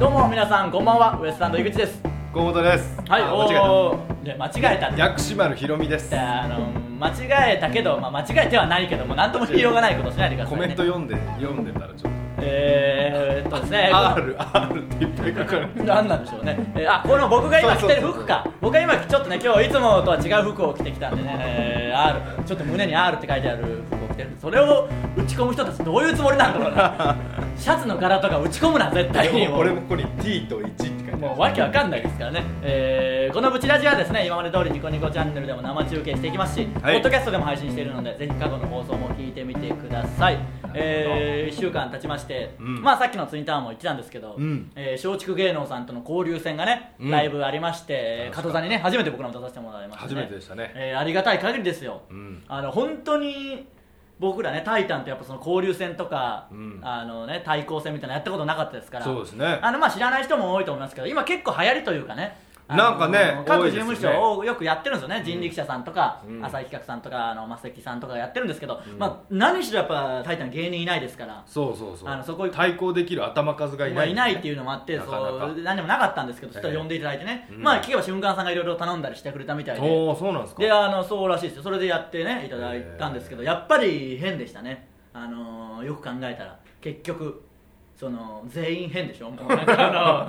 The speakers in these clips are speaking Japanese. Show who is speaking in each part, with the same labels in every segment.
Speaker 1: も皆さんこんばんはウエストランド井口です
Speaker 2: 河本です
Speaker 1: はい
Speaker 2: あ
Speaker 1: お
Speaker 2: 間違え
Speaker 1: ーで間違えた
Speaker 2: た薬師丸ひろみです
Speaker 1: いやあの間違えたけど、まあ、間違えてはないけども何とも言いようがないことしないでくださ
Speaker 2: コ
Speaker 1: い、ね、
Speaker 2: メント読んで読んでたらちょっ
Speaker 1: えー、っとですね
Speaker 2: と R R っていっぱい書かれて
Speaker 1: 何なんでしょうね、えーあこの僕が今着てる
Speaker 2: そうそうそう
Speaker 1: 服か僕が今ちょっとね今日いつもとは違う服を着てきたんでね、えー R ちょっと胸に R って書いてある服を着てるんでそれを打ち込む人たちどういうつもりなんだろう なシャツの柄とか打ち込むな絶対に
Speaker 2: でも俺もここに T と1って書いてある
Speaker 1: もうわけわかんないですからね、えーこのブチラジはですね今まで通りニコニコチャンネルでも生中継していきますし、
Speaker 2: はい
Speaker 1: ポッドキャストでも配信しているのでぜひ過去の放送も聞いてみてください、え1週間経ちまして、
Speaker 2: うん
Speaker 1: まあさっきのツイッターも言ってたんですけど、
Speaker 2: うん
Speaker 1: えー松竹芸能さんとの交流戦がね、
Speaker 2: うん
Speaker 1: ライブありまして加藤さんにね初めて僕らも出させてもらいました、
Speaker 2: 初めてでしたね
Speaker 1: えーありがたい限りですよ、
Speaker 2: うん
Speaker 1: あの本当に僕らねタイタンとやっぱその交流戦とか、
Speaker 2: うん
Speaker 1: あのね対抗戦みたいなのやったことなかったですから
Speaker 2: そうです ね
Speaker 1: あのまあ知らない人も多いと思いますけど今結構流行りというかねあの
Speaker 2: なんかね
Speaker 1: 各
Speaker 2: 多
Speaker 1: 事
Speaker 2: いですよ
Speaker 1: 務
Speaker 2: ね
Speaker 1: 所をよくやってるんですよね人力車さんとか、
Speaker 2: うん
Speaker 1: 浅井企画さんとかあのマセキさんとかやってるんですけど、
Speaker 2: うん
Speaker 1: まあ、何しろやっぱ「タイタン」芸人いないですから
Speaker 2: そうそうそう
Speaker 1: あのそこ
Speaker 2: 対抗できる頭数がい
Speaker 1: ま
Speaker 2: な
Speaker 1: あ
Speaker 2: い
Speaker 1: いないっていうのもあって
Speaker 2: なかなか
Speaker 1: そう何でもなかったんですけどそしたら呼んでいただいてね、
Speaker 2: ええうん
Speaker 1: まあ聞けば瞬間さんがいろいろ頼んだりしてくれたみたいで
Speaker 2: おおそうなんですか
Speaker 1: であのそうらしいですよそれでやってねいただいたんですけど、
Speaker 2: へー
Speaker 1: やっぱり変でしたねあのーよく考えたら結局その全員変でしょもうなんか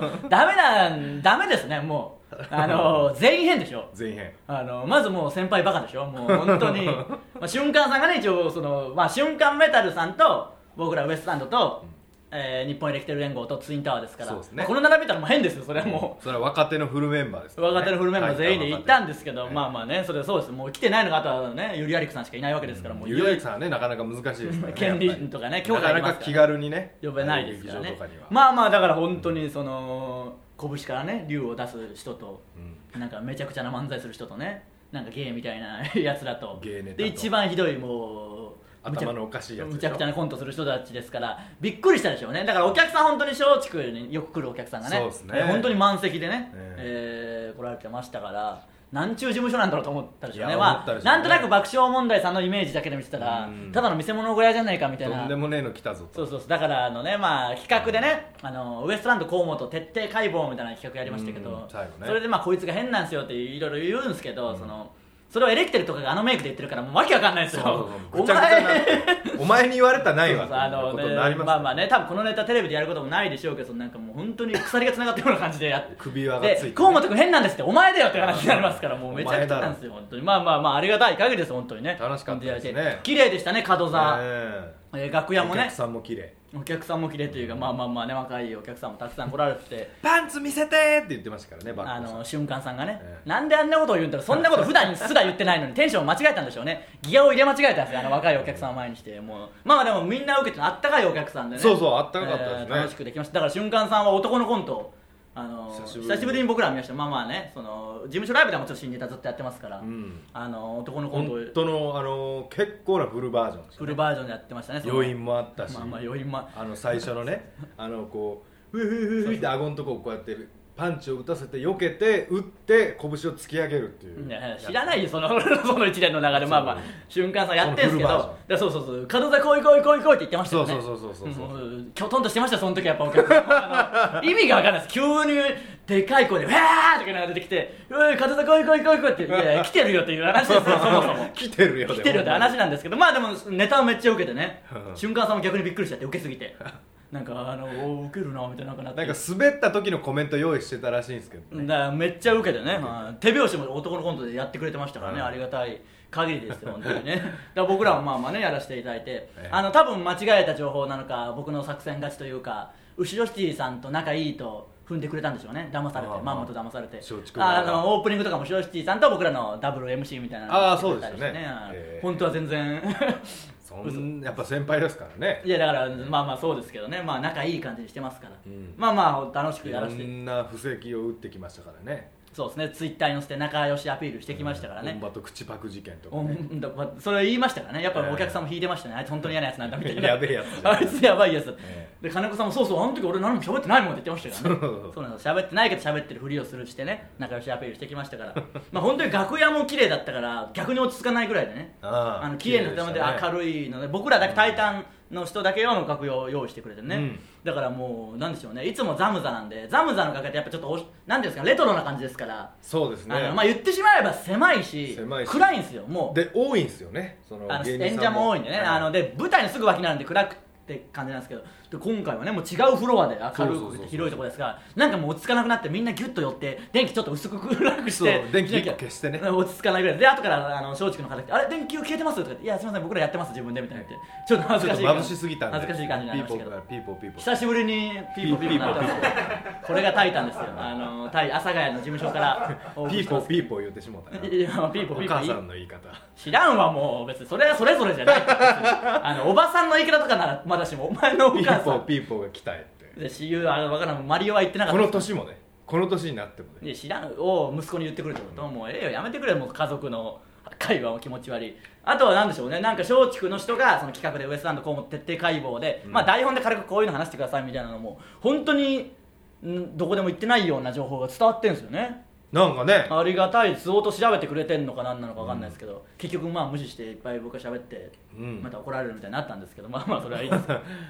Speaker 1: あ のダメなんダメですねもうあのー全員変でしょ
Speaker 2: 全員
Speaker 1: あのまずもう先輩バカでしょもう本当 にまあ瞬間さんがね一応その、まあ、瞬間メタルさんと僕らウエストランドと、えー日本エレキテル連合とツインタワーですから
Speaker 2: そうですね
Speaker 1: まあこの並びたらもう変ですよそれはもう
Speaker 2: それは若手のフルメンバーですからね
Speaker 1: 若手のフルメンバー全員で行ったんですけど、
Speaker 2: はい
Speaker 1: まあまあねそれはそうですもう来てないのがあとはねユリアリクさんしかいないわけですから、もう
Speaker 2: ゆうやりさんはねなかなか難しいですからね
Speaker 1: 権利
Speaker 2: やっぱり
Speaker 1: とかね強
Speaker 2: な
Speaker 1: 化があ
Speaker 2: か
Speaker 1: り
Speaker 2: な
Speaker 1: ます
Speaker 2: か
Speaker 1: から
Speaker 2: 気軽にね
Speaker 1: 呼べないですからね
Speaker 2: 劇場とかには
Speaker 1: まあまあだから本当にその拳からね竜を出す人と
Speaker 2: うん
Speaker 1: なんかめちゃくちゃな漫才する人とねなんか芸みたいなやつらと
Speaker 2: 芸ネタと
Speaker 1: で一番ひどいもうむちゃ
Speaker 2: 頭のおかしいやつでしょ
Speaker 1: むちゃくちゃなコントする人たちですからびっくりしたでしょうねだからお客さん本当に松竹によく来るお客さんがね
Speaker 2: そうですね
Speaker 1: えー本当に満席でね、え
Speaker 2: え
Speaker 1: ー来られてましたからなんちゅう事務所なんだろうと思ったでしょうね
Speaker 2: いや思
Speaker 1: ま
Speaker 2: った
Speaker 1: あ
Speaker 2: でしょうね
Speaker 1: なんとなく爆笑問題さんのイメージだけで見てたら
Speaker 2: うん
Speaker 1: ただの見せ物小屋じゃないかみたい
Speaker 2: と
Speaker 1: なん
Speaker 2: でもねえの来たぞ
Speaker 1: そ
Speaker 2: と
Speaker 1: うそうそうだからあのねまあ企画でねあのウエストランド河本徹底解剖みたいな企画やりましたけ
Speaker 2: う
Speaker 1: ど
Speaker 2: ん、最後ね
Speaker 1: それでまあこいつが変なんですよっていろいろ言うんですけど、そのそれをエレキテルとかがあのメイクで言ってるからもうわけわかんないですよ
Speaker 2: ぐちゃぐちゃなお前に言われたらない
Speaker 1: そ
Speaker 2: わ
Speaker 1: うそうあの
Speaker 2: って
Speaker 1: ね
Speaker 2: ことになります
Speaker 1: まあまあね多分このネタテレビでやることもないでしょうけどそのなんかもう本当に鎖がつながってるような感じでや って
Speaker 2: 首輪がついて
Speaker 1: で河本君変なんですってお前だよって話になりますからもうめちゃくちゃなんですよ本当にまあまあまあありがたい限りです本当にね
Speaker 2: 楽しかったですね
Speaker 1: 出会えて綺麗でしたね門座、
Speaker 2: ええ
Speaker 1: えー楽屋も
Speaker 2: お
Speaker 1: ね
Speaker 2: 客さんも綺麗
Speaker 1: お客さんも綺麗というかまあまあまあね若いお客さんもたくさん来られてて
Speaker 2: パンツ見せてーって言ってましたからねバ
Speaker 1: あ
Speaker 2: ックさん
Speaker 1: の瞬間さんがね、
Speaker 2: ええ
Speaker 1: なんであんなことを言うんだろうそんなこと普段すら言ってないのにテンションを間違えたんでしょうねギアを入れ間違えたんですよあの若いお客さんを前にしてもうまあでもみんな受けてあったかいお客さんでね
Speaker 2: そうそうあったかかったですね
Speaker 1: えー楽しくできましただから瞬間さんは男のコントをあの久
Speaker 2: 久し
Speaker 1: しぶ
Speaker 2: ぶりに
Speaker 1: りに僕ら見ましたまあまあねその事務所ライブではもちろん新ネタずっとやってますから、
Speaker 2: うん
Speaker 1: あの男のコントを
Speaker 2: 本当のあの結構なフルバージョンでしたね
Speaker 1: フルバージョンでやってましたねその
Speaker 2: 余韻もあったし、
Speaker 1: まあまあ余韻もあ
Speaker 2: あの最初のねあのこうふふふふって顎のとこをこうやってパンチを打たせて避けて打って拳を突き上げるっていう、
Speaker 1: ね知らないよそのその一連の流れまあまあ瞬間さんやってんすけ
Speaker 2: そのフルバ
Speaker 1: ど
Speaker 2: ー
Speaker 1: でそうそうそう角座来い来い来い来いって言ってましたよね
Speaker 2: そうそうそうそうそうそうん
Speaker 1: きょとんとしてましたよその時やっぱお客さんあの意味が分かんないです急にでかい声で「うわー!」とかなんか出てきて「うい角座来い来い来い来い」って言っていや「来てるよ」っていう話ですよそもそも
Speaker 2: 来てるよ
Speaker 1: 来てるよって話なんですけどまあでもネタをめっちゃ受けてね
Speaker 2: うん
Speaker 1: 瞬間さんも逆にびっくりしちゃって受けすぎてなんかあのおー受けるなみたいななんかなって
Speaker 2: なんか滑った時のコメント用意してたらしいんですけど、ね、
Speaker 1: だからめっちゃ受けてね、はい手拍子も男のコントでやってくれてましたからね、
Speaker 2: うん
Speaker 1: ありがたい限り ですよ本当にねだから僕らもまあまあねやらせていただいて、
Speaker 2: ええ
Speaker 1: あの多分間違えた情報なのか僕の作戦勝ちというか後ろシティさんと仲いいと踏んでくれたんでしょうね騙されて
Speaker 2: ああ
Speaker 1: まんまと騙されて
Speaker 2: 承知
Speaker 1: あ
Speaker 2: あ
Speaker 1: のオープニングとかも後ろシティさんと僕らのダブル MC みたいなの
Speaker 2: ああ
Speaker 1: やってくれたりして
Speaker 2: そうですよねええ
Speaker 1: 本当は全然
Speaker 2: そんやっぱ先輩ですからね
Speaker 1: いやだからまあまあそうですけどねまあ仲いい感じにしてますから、
Speaker 2: うん
Speaker 1: まあまあ楽しく
Speaker 2: い
Speaker 1: や
Speaker 2: ろ
Speaker 1: らせて
Speaker 2: んな布石を打ってきましたからね
Speaker 1: そうですねツイッターに載せて仲良しアピールしてきましたからね、
Speaker 2: 本場と口パク事件とか
Speaker 1: お
Speaker 2: ね
Speaker 1: んだまそれ言いましたからねやっぱお客さんも引いてましたね、あいつ本当に嫌なやつなんだみたいな
Speaker 2: やべえやつじゃ ん
Speaker 1: あいつやばいやつ、
Speaker 2: え
Speaker 1: で金子さんもそうそうあの時俺何も喋ってないもんって言ってましたからね
Speaker 2: そう
Speaker 1: なの喋ってないけど喋ってるふりをするしてね仲良しアピールしてきましたから まあ本当に楽屋も綺麗だったから逆に落ち着かないぐらいでね
Speaker 2: ああ
Speaker 1: の綺麗な歌まで
Speaker 2: 綺麗でしたね
Speaker 1: 明るいので僕らだけ「タイタン」の人だけ用の楽屋を用意してくれてね、
Speaker 2: うん
Speaker 1: だからもうなんでしょうねいつもザムザなんでザムザの楽屋ってやっぱちょっとおしなんていうんですかレトロな感じですから、
Speaker 2: そうですね
Speaker 1: あのまあ言ってしまえば狭いし
Speaker 2: 狭いし
Speaker 1: 暗いんですよもう
Speaker 2: で多いんですよねその
Speaker 1: あの
Speaker 2: 芸
Speaker 1: 演
Speaker 2: 人
Speaker 1: 者
Speaker 2: さん
Speaker 1: も多いんでね、
Speaker 2: はい
Speaker 1: あので舞台のすぐ脇なんで暗くって感じなんですけどで今回はねもう違うフロアで明
Speaker 2: そうそ
Speaker 1: る
Speaker 2: うそうそ
Speaker 1: く
Speaker 2: う
Speaker 1: 広いところですがなんかもう落ち着かなくなってみんなギュッと寄って電気ちょっと薄く暗くして
Speaker 2: そう電気一個消してね
Speaker 1: うん落ち着かないぐらいで後からあの松竹の方来て「あれ電球消えてます?」とか言って「いやすみません僕らやってます自分で」みたいな言ってちょっと恥ず
Speaker 2: ちょ
Speaker 1: か
Speaker 2: っ
Speaker 1: し
Speaker 2: と
Speaker 1: い感じ
Speaker 2: 眩しすぎたんで
Speaker 1: 恥ずかしい感じになりましたけど
Speaker 2: ピーポーピーポーピーポー
Speaker 1: 久しぶりにピーポーピーポーになったん ですよこれがタイタンですよあのタイ阿佐ヶ谷の事務所からお送
Speaker 2: ピ
Speaker 1: り
Speaker 2: ー
Speaker 1: し
Speaker 2: ポ
Speaker 1: ま
Speaker 2: ー
Speaker 1: す
Speaker 2: ピーポー言ってしもうたな
Speaker 1: ピーポーピーポー
Speaker 2: お
Speaker 1: ピーポ
Speaker 2: 母さ
Speaker 1: ー
Speaker 2: んの言い方
Speaker 1: 知らんわもう別にそれはそれぞれじゃないあのおばさんの言い方とかならまだしもお前のお
Speaker 2: ピ
Speaker 1: 母
Speaker 2: ーポ
Speaker 1: さ
Speaker 2: ー
Speaker 1: ん
Speaker 2: ピーポーが来たいって
Speaker 1: で親友あのわからんマリオは言ってなかっ
Speaker 2: こ
Speaker 1: た
Speaker 2: の年もねこの年になってもね
Speaker 1: で知らんを息子に言ってくるってこと、もうええよやめてくれもう家族の会話も気持ち悪いあとは何でしょうねなんか松竹の人がその企画でウエストランドこうも徹底解剖で、
Speaker 2: うん
Speaker 1: まあ台本で軽くこういうの話してくださいみたいなのも本当にんどこでも言ってないような情報が伝わってるんですよね
Speaker 2: なんかね
Speaker 1: ありがたいです相当調べてくれてんのか何なのか分かんないですけど、結局まあ無視していっぱい僕が喋って、
Speaker 2: うん
Speaker 1: また怒られるみたいになったんですけどまあまあそれ はいいです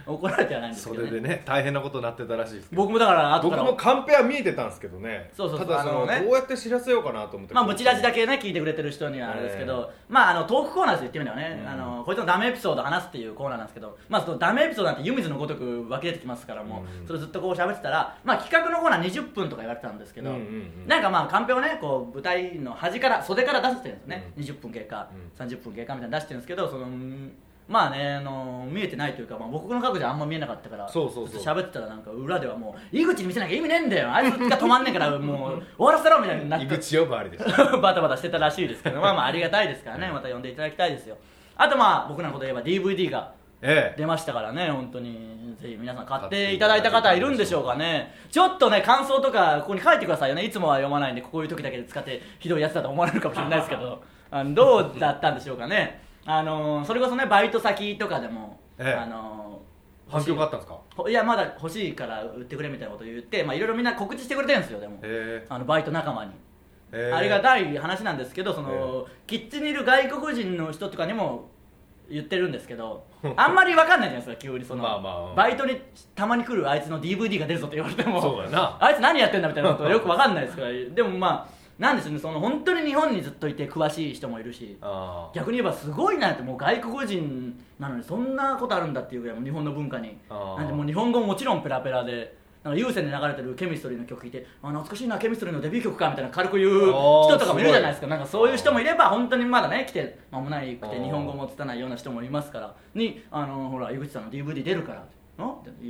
Speaker 1: 怒られてはないんです
Speaker 2: そ
Speaker 1: けど、
Speaker 2: れ
Speaker 1: ね、
Speaker 2: でね大変なことになってたらしいですけど
Speaker 1: 僕もだから後か
Speaker 2: 僕
Speaker 1: ら
Speaker 2: もカンペは見えてたんですけどね
Speaker 1: そうそうそう
Speaker 2: ただその
Speaker 1: あのね
Speaker 2: どうやって知らせようかなと思って
Speaker 1: まあ、ぶち出しだ
Speaker 2: け
Speaker 1: けね聞いてくれてる人にはあれですけど、まあ、あのトークコーナーです言ってみればね、
Speaker 2: うん
Speaker 1: あのこいつのダメエピソードを話すっていうコーナーなんですけど、まあ、そのダメエピソードなんて湯水のごとく湧き出てきますからもう、
Speaker 2: うん
Speaker 1: それずっとこう喋ってたら、まあ、企画のコーナー20分とか言われてたんですけど、
Speaker 2: うんうんうん
Speaker 1: なんかまあカンペをねこう舞台の端から袖から出してるんですね、
Speaker 2: う
Speaker 1: 20分経過
Speaker 2: う
Speaker 1: 30分経過みたいなの出してるんですけどそのうんまあねあの見えてないというか、まあ、僕の角度はあんま見えなかったから
Speaker 2: そうそうそう
Speaker 1: ずっと喋ってたらなんか裏ではもう井口に見せなきゃ意味ねえんだよあいつが止まんねえからもう終わらせろみたいになっ
Speaker 2: 井
Speaker 1: て
Speaker 2: 口呼ばわりでし た
Speaker 1: バタバタしてたらしいですけど、まあまあありがたいですからね、また呼んでいただきたいですよ。あとまあ僕らのこと言えば DVD が
Speaker 2: ええ
Speaker 1: 出ましたからね、本当にぜひ皆さん買っていただいた方いるんでしょうかね。ちょっとね感想とかここに書いてくださいよね。いつもは読まないんでこういう時だけで使ってひどいやつだと思われるかもしれないですけ ど、あのどうだったんでしょうかね。あのそれこそねバイト先とかでも、
Speaker 2: ええ
Speaker 1: あの
Speaker 2: 反響があったんですか
Speaker 1: ほいやまだ欲しいから売ってくれみたいなこと言って、まあいろいろみんな告知してくれてるんですよでも、
Speaker 2: え
Speaker 1: あのバイト仲間に。
Speaker 2: えええ
Speaker 1: ありがたい話なんですけどその、キッチンにいる外国人の人とかにも言ってるんですけ どあんまり分かんないじゃないですか急にその、
Speaker 2: まあまあうん
Speaker 1: バイトにたまに来るあいつの DVD が出るぞと言われても
Speaker 2: そうだな
Speaker 1: あいつ何やってんだみたいなことよく分かんないですからでもまあなんでしょうねその本当に日本にずっといて詳しい人もいるし
Speaker 2: あー
Speaker 1: 逆に言えばすごいなってもう外国人なのにそんなことあるんだっていうぐらいもう日本の文化に
Speaker 2: あー
Speaker 1: なんでもう日本語ももちろんペラペラでなんか有線で流れてるケミストリーの曲聴いてあ懐かしいなケミストリーのデビュー曲かみたいな軽く言う人とかもいるじゃないですか
Speaker 2: あーすごい
Speaker 1: なんかそういう人もいれば本当にまだね来て間もないく
Speaker 2: あ
Speaker 1: て
Speaker 2: ー
Speaker 1: 日本語もつたないような人もいますからにあのほら井口さんの DVD 出るから。ん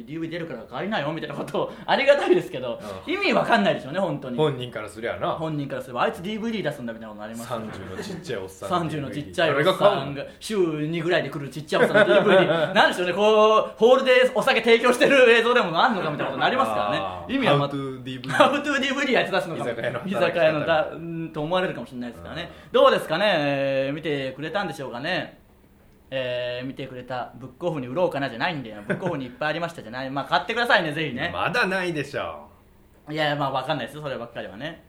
Speaker 1: DVD 出るから買いなよみたいなことをありがたいですけど
Speaker 2: う
Speaker 1: 意味わかんないでしょうね本当に
Speaker 2: 本人からすりゃな
Speaker 1: 本人からすればあいつ DVD 出すんだみたいなことになりますから
Speaker 2: 30のちっちゃいおっさん
Speaker 1: 30のちっちゃい
Speaker 2: 俺
Speaker 1: お
Speaker 2: が
Speaker 1: っ
Speaker 2: 買
Speaker 1: さ
Speaker 2: うんの
Speaker 1: が週2ぐらいで来るちっちゃいおっさんの DVD なんでしょうねこうホールでお酒提供してる映像でもあんのかみたいなことになりますからね意味はま
Speaker 2: How to DVD
Speaker 1: ハウトゥー DVD あいつ出すのかも
Speaker 2: 居酒屋の
Speaker 1: 居
Speaker 2: 働き方
Speaker 1: 酒屋のだうんと思われるかもしれないですからねどうですかね、えー見てくれたんでしょうかねえー見てくれたブックオフに売ろうかなじゃないんだよブックオフにいっぱいありましたじゃないまあ買ってくださいねぜひね
Speaker 2: まだないでしょ
Speaker 1: いやいやまあわかんないですよそればっかりはね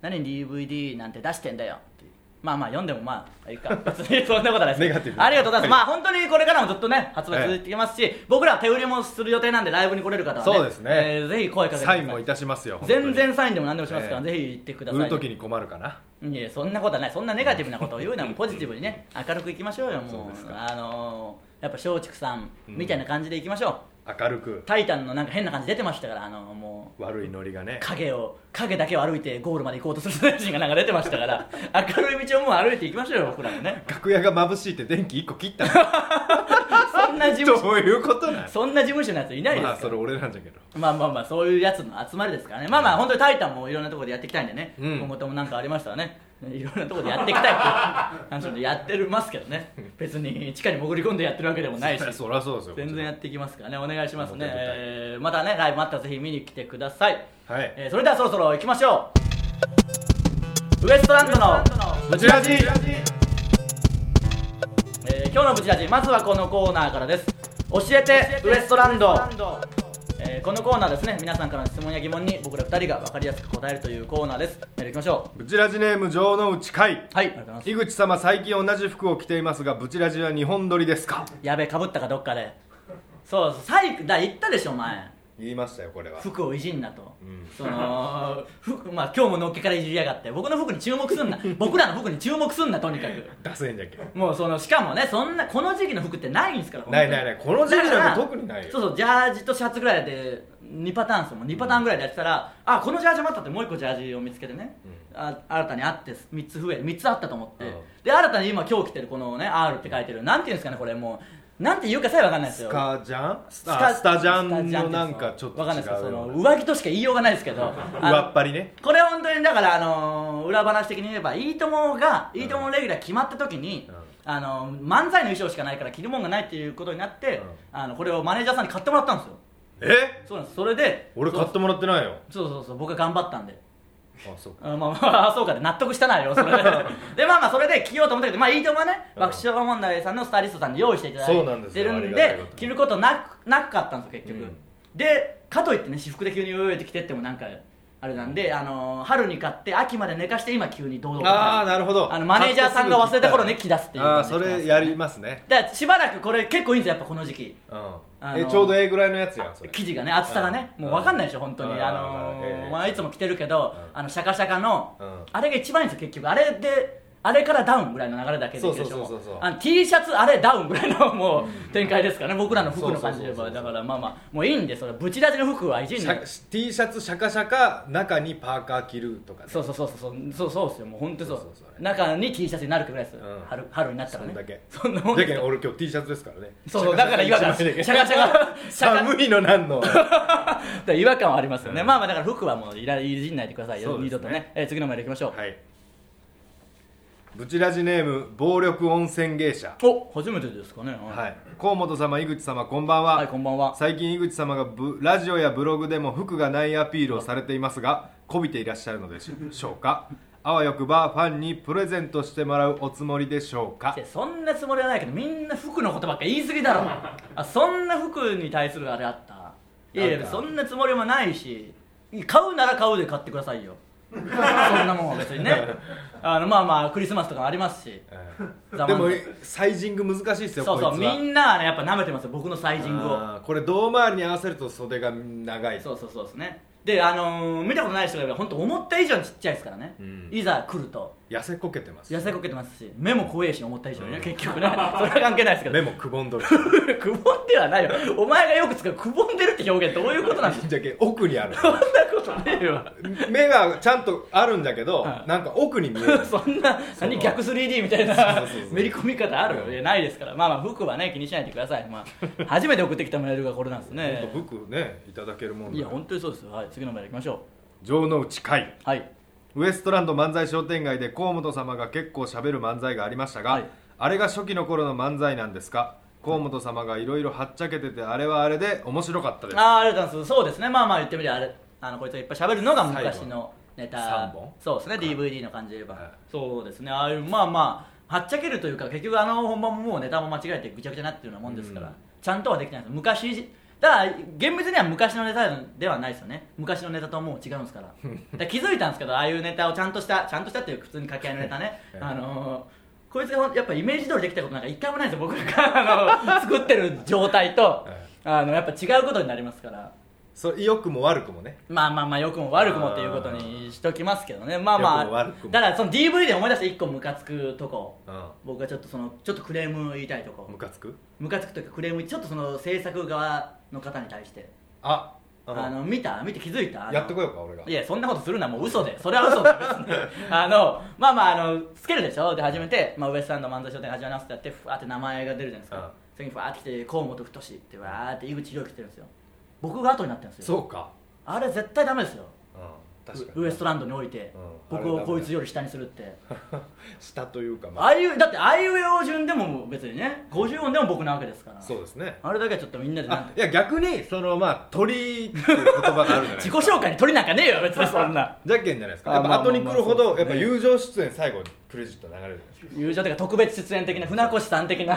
Speaker 1: 何 DVD なんて出してんだよっていうまあまあ読んでもまあいい か別にそんなことはないですけど
Speaker 2: ネガティブ
Speaker 1: ありがとうございます、まあ本当にこれからもずっとね発売続いていきますし、僕らは手売りもする予定なんでライブに来れる方はね
Speaker 2: そうですね
Speaker 1: えーぜひ声かけてくださ
Speaker 2: サ
Speaker 1: い
Speaker 2: インもいたしますよ本当に
Speaker 1: 全然サインでも何でもしますから、
Speaker 2: ええ
Speaker 1: ぜひ行ってください
Speaker 2: 売
Speaker 1: ね、
Speaker 2: る時に困るかない
Speaker 1: やそんなことはないそんなネガティブなことを言う のはもうポジティブにね明るくいきましょうよ
Speaker 2: そう
Speaker 1: も
Speaker 2: です
Speaker 1: う
Speaker 2: か
Speaker 1: あのーやっぱ松竹さんみたいな感じでいきましょう、
Speaker 2: 明るく
Speaker 1: タイタンのなんか変な感じ出てましたからあのーもう
Speaker 2: 悪いノリがね
Speaker 1: 影を影だけを歩いてゴールまで行こうとする選手がなんか出てましたから 明るい道をもう歩いていきましょうよ僕らもね
Speaker 2: 楽屋が眩しいって電気1個切 ったの
Speaker 1: そんな事務所
Speaker 2: どういうことなん
Speaker 1: そんな事務所のやついないです
Speaker 2: まあ
Speaker 1: か
Speaker 2: そ
Speaker 1: ら
Speaker 2: れ俺なんじゃけど
Speaker 1: まあまあまあそういうやつの集まりですからねまあまあ本当に「タイタン」もいろんなところでやっていきたいんでね、
Speaker 2: うん
Speaker 1: 今後とも何かありましたらねいろんなところでやっていきたいっ ていうなんでしょうねやってるますけどね別に地下に潜り込んでやってるわけでもないし
Speaker 2: そりゃそうですよ
Speaker 1: 全然やっていきますからねお願いしますね
Speaker 2: 表舞、台
Speaker 1: えーまたねライブもあったらぜひ見に来てください
Speaker 2: はい
Speaker 1: えーそれではそろそろ行きましょうウエストランドのブチラジ、えー今日のブチラジまずはこのコーナーからです教えてウエストランドえーこのコーナーですね皆さんからの質問や疑問に僕ら2人が分かりやすく答えるというコーナーですメールいきましょ
Speaker 2: ブチラジネーム城之内海
Speaker 1: うはいありがとうございます
Speaker 2: 井口様最近同じ服を着ていますがブチラジは日本撮りですか
Speaker 1: やべえかぶったかどっかでそうそう最だ言ったでしょお前
Speaker 2: 言いましたよこれは
Speaker 1: 服をいじんなと、
Speaker 2: うん
Speaker 1: その服まあ今日ものっけからいじりやがって僕の服に注目すん な僕らの服に注目すんなとにかく
Speaker 2: 出せんじゃけ
Speaker 1: もうそのしかもねそんなこの時期の服ってないんですから
Speaker 2: ないないないこの時期なんて特にないよ
Speaker 1: そうそうジャージとシャツぐらいで2パターンですもん2パターンぐらいでやってたら、あこのジャージもあったってもう1個ジャージを見つけてね、あ新たにあって3つ増え3つあったと思って、
Speaker 2: うん
Speaker 1: で新たに今今日着てるこのね R って書いてるなんていうんですかねこれもうなんて言うかさえわかんないです
Speaker 2: ス
Speaker 1: よ
Speaker 2: カジャンスタスタジャンのなんかちょっと
Speaker 1: わかんない
Speaker 2: 違
Speaker 1: です
Speaker 2: う
Speaker 1: そ
Speaker 2: よ
Speaker 1: の
Speaker 2: うな
Speaker 1: 上着としか言いようがないですけどあ
Speaker 2: 上
Speaker 1: の
Speaker 2: っぱりね
Speaker 1: これは本当にだから、あのー裏話的に言えば「いいとも!」が「いいとも!」レギュラー決まった時に、
Speaker 2: うん
Speaker 1: あのー漫才の衣装しかないから着るもんがないっていうことになって、
Speaker 2: うん
Speaker 1: あのこれをマネージャーさんに買ってもらったんですよ
Speaker 2: え
Speaker 1: そうなんですそれで
Speaker 2: 俺買ってもらってないよ
Speaker 1: そうそうそう僕が頑張ったんで
Speaker 2: あそう
Speaker 1: あまあまあそう かで納得したなよそれ ででまあまあそれで着ようと思ったけどまあいいともはね
Speaker 2: うん
Speaker 1: 爆笑問題さんのスタイリストさんに用意していただい
Speaker 2: そうなんです
Speaker 1: て
Speaker 2: よ
Speaker 1: るん
Speaker 2: ありがたい
Speaker 1: で
Speaker 2: ことに
Speaker 1: 着ることなくなかったんですよ結局、
Speaker 2: うん
Speaker 1: でかといってね私服で急に泳いで着てってもなんかあれなんで、あのー春に買って秋まで寝かして今急に堂々と
Speaker 2: ああなるほど
Speaker 1: あのマネージャーさんが忘れた頃ね
Speaker 2: 買って
Speaker 1: 着出すっていう
Speaker 2: あ
Speaker 1: 感
Speaker 2: あ
Speaker 1: じ
Speaker 2: それやりますね
Speaker 1: だからしばらくこれ結構いいんですよやっぱこの時期
Speaker 2: うん
Speaker 1: あの
Speaker 2: えちょうどええぐらいのやつやんそれ
Speaker 1: 生地がね厚さがね
Speaker 2: うん
Speaker 1: もう分かんないでしょ本当に
Speaker 2: うん
Speaker 1: あの
Speaker 2: うん
Speaker 1: ーまあいつも着てるけど
Speaker 2: うん
Speaker 1: あのシャカシャカの
Speaker 2: うん
Speaker 1: あれが一番いいんですよ結局あれであれからダウンぐらいの流れだけでいいでしょ
Speaker 2: そうそう
Speaker 1: も
Speaker 2: そう
Speaker 1: う
Speaker 2: そうそう
Speaker 1: あの T シャツあれダウンぐらいのもう展開ですからね僕らの服の感じで言え
Speaker 2: そ
Speaker 1: ば
Speaker 2: うそうそ
Speaker 1: だ
Speaker 2: うそう
Speaker 1: からまあまあもういいんでそれブチラジの服はいじん
Speaker 2: シ
Speaker 1: な
Speaker 2: ャ T シャツシャカシャカ中にパーカー着るとかね
Speaker 1: そうそうそうそうそうそうですよもう本当そう
Speaker 2: そうそうそう
Speaker 1: 中に T シャツになるくらいですよ
Speaker 2: うん
Speaker 1: 春春になったら
Speaker 2: そんだ
Speaker 1: ね
Speaker 2: け
Speaker 1: そんなもんで
Speaker 2: じゃ
Speaker 1: す
Speaker 2: けん
Speaker 1: よ
Speaker 2: 俺今日 T シャツですからね
Speaker 1: そうそうだから違和感シャカシャカシ ャカ
Speaker 2: 寒いのなん の
Speaker 1: だから違和感はありますよね、
Speaker 2: うん
Speaker 1: まあまあだから服はもういらいじんないでくださいよ、
Speaker 2: そうで
Speaker 1: 二
Speaker 2: すね
Speaker 1: 度とね、えー次のメールいきましょう、
Speaker 2: はいブチラジネーム暴力温泉芸者
Speaker 1: お初めてですかね、
Speaker 2: はいい河本様井口様こんばんは、
Speaker 1: はい、こんばんは
Speaker 2: 最近井口様がブラジオやブログでも服がないアピールをされていますがこびていらっしゃるのでしょう かあわよくばファンにプレゼントしてもらうおつもりでしょうか
Speaker 1: いやそんなつもりはないけどみんな服のことばっか言い過ぎ だろあそんな服に対するあれあったいやい
Speaker 2: なん
Speaker 1: や
Speaker 2: か
Speaker 1: そんなつもりもないし買うなら買うで買ってくださいよ そんなもんは別にね あのまあまあクリスマスとかもありますし
Speaker 2: うんでもサイジング難しいですよ
Speaker 1: そうそう
Speaker 2: こいつは
Speaker 1: みんな、ね、やっぱ舐めてますよ僕のサイジングを
Speaker 2: あーこれ胴回りに合わせると袖が長い
Speaker 1: そうそうそうですねであのー見たことない人がいれば本当思った以上にちっちゃいですからね、
Speaker 2: うん
Speaker 1: いざ来ると
Speaker 2: 痩せこけてます
Speaker 1: 痩せこけてますし目も怖えし思った以上にね、
Speaker 2: うん
Speaker 1: 結局ねそれは関係ないですけど
Speaker 2: 目もくぼんどる
Speaker 1: くぼんではないよお前がよく使うくぼんでるって表現どういうことなんですか
Speaker 2: じゃけ奥にある
Speaker 1: そんなことねえわ
Speaker 2: 目がちゃんとあるんだけど
Speaker 1: はい
Speaker 2: なんか奥に見える
Speaker 1: そんな
Speaker 2: そう
Speaker 1: 何逆 3D みたい
Speaker 2: そ
Speaker 1: な
Speaker 2: うそうそうそう
Speaker 1: めり込み方ある
Speaker 2: うん
Speaker 1: いやないですからまあまあ服はね気にしないでください、ま あ、初めて送ってきたメールがこれなんですね
Speaker 2: ほんと服ねいただけるもん
Speaker 1: い
Speaker 2: だ
Speaker 1: や本当にそうですよ、はい、次のメール行きましょ
Speaker 2: 城之内海
Speaker 1: うはい
Speaker 2: ウエストランド漫才商店街で河本様が結構しゃべる漫才がありましたが、
Speaker 1: はい
Speaker 2: あれが初期の頃の漫才なんですか河本様がいろいろはっちゃけててあれはあれで面白かったです
Speaker 1: あーありがとうございますそうですねまあまあ言ってみりゃあれあのこいつがいっぱい喋るのが昔
Speaker 2: 最後
Speaker 1: の
Speaker 2: の
Speaker 1: ネ
Speaker 2: 三
Speaker 1: タ
Speaker 2: 本
Speaker 1: そうですね DVD の感じで言えば、
Speaker 2: はい
Speaker 1: そうですねああいうまあまあはっちゃけるというか結局あの本番ももうネタも間違えてぐちゃぐちゃになってるようなもんですから、
Speaker 2: うん
Speaker 1: ちゃんとはできないです昔だから厳密には昔のネタではないですよね昔のネタとはもう違うん ですからだから気づいたんですけどああいうネタをちゃんとしたちゃんとしたっていうか普通に掛け合いのネタね
Speaker 2: ええ
Speaker 1: あのーこいつがほんやっぱイメージ通りできたことなんか一回もないですよ僕が あの作ってる状態と
Speaker 2: え
Speaker 1: あのやっぱ違うことになりますから
Speaker 2: それ良くも悪くもね
Speaker 1: まあまあまあ良くも悪くもっていうことにしときますけどねまあ
Speaker 2: 良くも
Speaker 1: まあ
Speaker 2: 悪くも
Speaker 1: だからその DV で思い出して1個ムカつくとこ
Speaker 2: うん
Speaker 1: 僕はちょっとそのちょっとクレーム言いたいとこ
Speaker 2: ムカつく
Speaker 1: ムカつくというかクレームちょっとその制作側の方に対して
Speaker 2: あ
Speaker 1: あの見た見て気づいたあの
Speaker 2: やってこようか俺が
Speaker 1: いやそんなことするなもう嘘でそれは嘘 だよ別にあのまあまああのつけるでしょで始めて、まあ、ウエストランド漫才商店始まりますってやってふわーって名前が出るじゃないです
Speaker 2: うん
Speaker 1: か次にふわーってきて河本太志ってわーって井口宏樹来てるんですよ僕が後になってるんですよ
Speaker 2: そうか、
Speaker 1: あれ絶対ダメですよ
Speaker 2: うん、確かに
Speaker 1: ウエストランドにおいて、
Speaker 2: うん
Speaker 1: 僕をこいつ
Speaker 2: あれダメだ
Speaker 1: より下にするって
Speaker 2: 下というかまあ
Speaker 1: ああいうだってあいうえお順でも別にね50音でも僕なわけですから
Speaker 2: そうですね
Speaker 1: あれだけはちょっとみんなでなん
Speaker 2: あ
Speaker 1: て
Speaker 2: いや逆にそのまあ鳥っていう言葉があるじゃないで
Speaker 1: 自
Speaker 2: す
Speaker 1: 己
Speaker 2: か
Speaker 1: 紹介に取りなんかねえよ別にそんな
Speaker 2: じゃけんじゃないですか
Speaker 1: あ
Speaker 2: やっ
Speaker 1: まあ
Speaker 2: ぱ後に来るほ
Speaker 1: まあまあ
Speaker 2: ど
Speaker 1: そ
Speaker 2: や
Speaker 1: う
Speaker 2: っ
Speaker 1: です
Speaker 2: ぱ
Speaker 1: ね
Speaker 2: 友情出演最後クレジット流れるじゃないですか
Speaker 1: 友情というか特別出演的な船越さん的な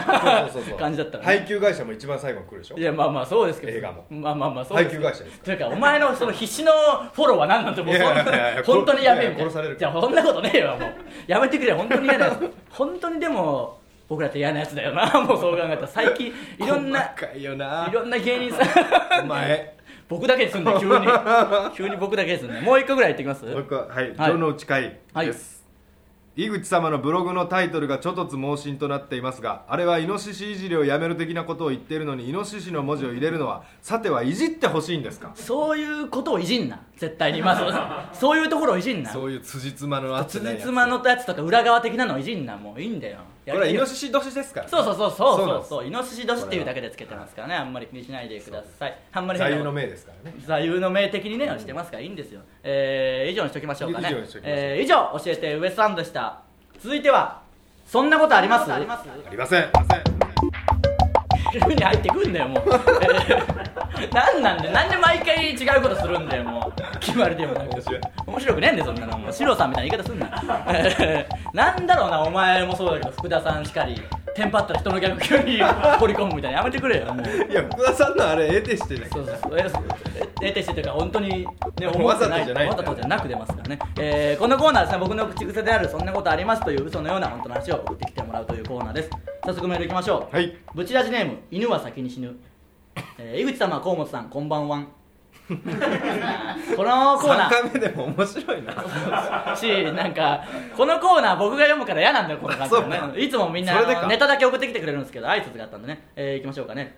Speaker 1: 感じだったのね
Speaker 2: 配給会社も一番最後に来るでしょ
Speaker 1: いやまあまあそうですけど
Speaker 2: 映画も
Speaker 1: まあまあまあそうですけど
Speaker 2: 配給会社です
Speaker 1: というかお前のその必死のフォローは何なんてもう
Speaker 2: い
Speaker 1: そん
Speaker 2: やいやいやい
Speaker 1: な
Speaker 2: や
Speaker 1: 本当にやべえみ
Speaker 2: いやいや殺される
Speaker 1: じゃあそんなことねえよもうやめてくれよ本当に嫌なや つ本当にでも僕らって嫌なやつだよな もうそう考えたら最近いろんな
Speaker 2: 細かいよない
Speaker 1: ろんな芸人さん
Speaker 2: お前
Speaker 1: 僕だけにすんね急に 急に僕だけにすんねもう一個ぐらい言ってき
Speaker 2: もう
Speaker 1: ま
Speaker 2: 一個はい
Speaker 1: はい
Speaker 2: 「城の内会」
Speaker 1: はい
Speaker 2: です、井口様のブログのタイトルが「ちょとつ猛進」となっていますがあれはイノシシいじりをやめる的なことを言っているのにイノシシの文字を入れるのはさてはいじってほしいんですか
Speaker 1: すそういうことをいじんな絶対にま ずそういうところをいじんな
Speaker 2: そういう辻褄の
Speaker 1: つじつまのやつとか裏側的なのいじんなもういいんだよ
Speaker 2: これはイノ
Speaker 1: シ
Speaker 2: シシ年ですから
Speaker 1: そうそうそうそう
Speaker 2: そう
Speaker 1: そ
Speaker 2: なん
Speaker 1: う
Speaker 2: で
Speaker 1: イノ
Speaker 2: す
Speaker 1: シシ年っていうだけでつけてますからねあんまり気にしないでくださいあんまり
Speaker 2: 座右の
Speaker 1: 銘
Speaker 2: 銘ですからね
Speaker 1: 座右の銘的にねしてますからいいんですよえー、以上にしときましょうかね
Speaker 2: 以上にしときましょう
Speaker 1: えー以上教えてウエストランドでした続いてはそんなことありますあります
Speaker 2: ありませんありません
Speaker 1: 急に入ってくんだよ もうなんなんだよなんで毎回違うことするんだよもう決まりでもなく
Speaker 2: 面白い
Speaker 1: 面白くねえんだよそんなのもうシロさんみたいな言い方すんななんだろうなお前もそうだけど福田さんしかりテンパったら人のギャグ急に掘り込むみたいなやめてくれよもう
Speaker 2: いや福田さんのあれ得てしてね
Speaker 1: そうそうそうえそうええてしてというか本当にね思ってない
Speaker 2: わざとじゃない
Speaker 1: わざとじゃなく出ますからね、えーこのコーナーはですね僕の口癖であるそんなことありますという嘘のような本当の話を送ってきてもらうというコーナーです早速メールいきましょう
Speaker 2: はい
Speaker 1: ブチラジネーム犬は先に死ぬ、えー、井口様河本さんこんばんはこのコーナ
Speaker 2: 3
Speaker 1: ー
Speaker 2: 回目でも面白いな
Speaker 1: しなんかこのコーナー僕が読むから嫌なんだよこの感じ
Speaker 2: あそう
Speaker 1: ねいつもみんな
Speaker 2: それでか
Speaker 1: あのネタだけ送ってきてくれるんですけど挨拶があったんでね、えー、いきましょうかね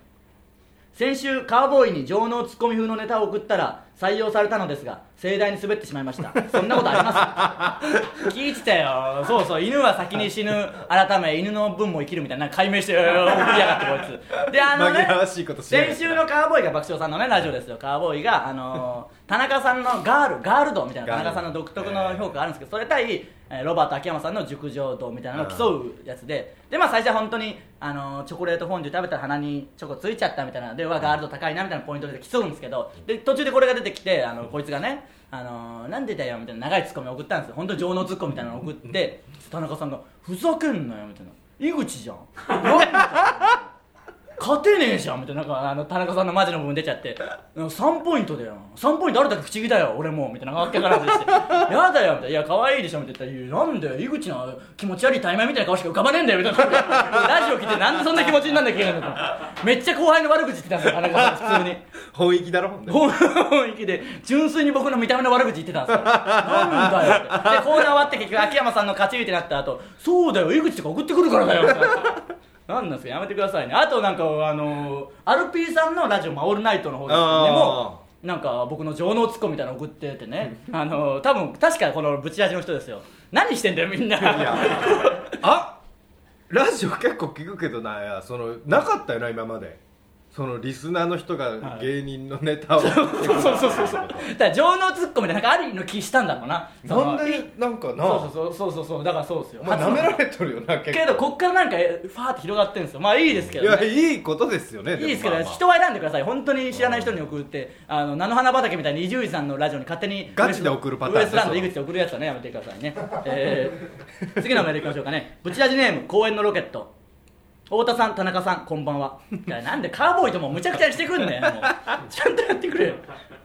Speaker 1: 先週カウボーイに情能ツッコミ風のネタを送ったら採用されたのですが盛大に滑ってしまいましたそんなことあり ます聞いてたよそうそう犬は先に死ぬ改め犬の分も生きるみたいななんか解明して送りやがってこいつであのね
Speaker 2: 紛らわしいことしやがって
Speaker 1: 先週のカウボーイが爆笑さんのねラジオですよカウボーイがあのー田中さんのガールガールドみたいな田中さんの独特の評価があるんですけどそれ対えーロバート秋山さんの熟女度みたいなのを競うやつででまあ最初は本当にあのーチョコレートフォンデュ食べたら鼻にチョコついちゃったみたいなでうわガールド高いなみたいなポイントで競うんですけどで途中でこれが出てきてあのこいつがねあのーなんでだよみたいな長いツッコミ送ったんですよ本当に情能ツッコミみたいなの送って田中さんがふざけんなよみたいな井口 じゃん勝てねえじゃんみたいななんかあの田中さんのマジの部分出ちゃって3ポイントだよ3ポイントあるだけ口火だよ俺もみたいなわけからずしてやだよみたいないや可愛いでしょみたいな言ったらいやなんだよ井口の気持ち悪い対面みたいな顔しか浮かばねえんだよみたいなラジオ聞いてなんでそんな気持ちになんなきゃいけないんだとめっちゃ後輩の悪口言ってたんですよ田中さん普通に
Speaker 2: 本域だろほんで
Speaker 1: 本気で純粋に僕の見た目の悪口言ってたんですよなんだよってでコーナー終わって結局秋山さんの勝ちってなった後そうだよ井口とか送ってくるからだよみたいななんなんですかやめてくださいねあとなんかあのー、アルピーさんのラジオ「まあオールナイト」の方ですけどね
Speaker 2: あー
Speaker 1: もなんか僕の情能ツッコミみたいなの送っててねあのー、多分確かこのブチラジの人ですよ何してんだよみんな
Speaker 2: あラジオ結構聞くけどないやそのなかったよな今までそのリスナーの人が芸人のネタ を、
Speaker 1: そうそうそうそうそうだから情能ツッコミみたいななんかありの気したんだろうな
Speaker 2: なん
Speaker 1: そのい
Speaker 2: でなんかな
Speaker 1: そうそうそうそうそうだからそうですよ
Speaker 2: お前舐められとるよな結構
Speaker 1: けどこっからなんかえファーって広がってるんですよまあいいですけ
Speaker 2: い
Speaker 1: ど、
Speaker 2: や
Speaker 1: ね
Speaker 2: いいことですよね
Speaker 1: いいですけど、
Speaker 2: もまあまあ
Speaker 1: 人は選んでください本当に知らない人に送ってあの菜の花畑みたいに伊集院さんのラジオに勝手に
Speaker 2: ガチで送るパターン
Speaker 1: ウ
Speaker 2: ね
Speaker 1: エストランド
Speaker 2: それ
Speaker 1: 井口で送るやつはねやめてくださ いね、えー次のメールいきましょうかねブチラジネーム公園のロケット太田さん田中さんこんばんはいやなんでカーボーイともむちゃくちゃにしてくんねんもうちゃんとやってくれよ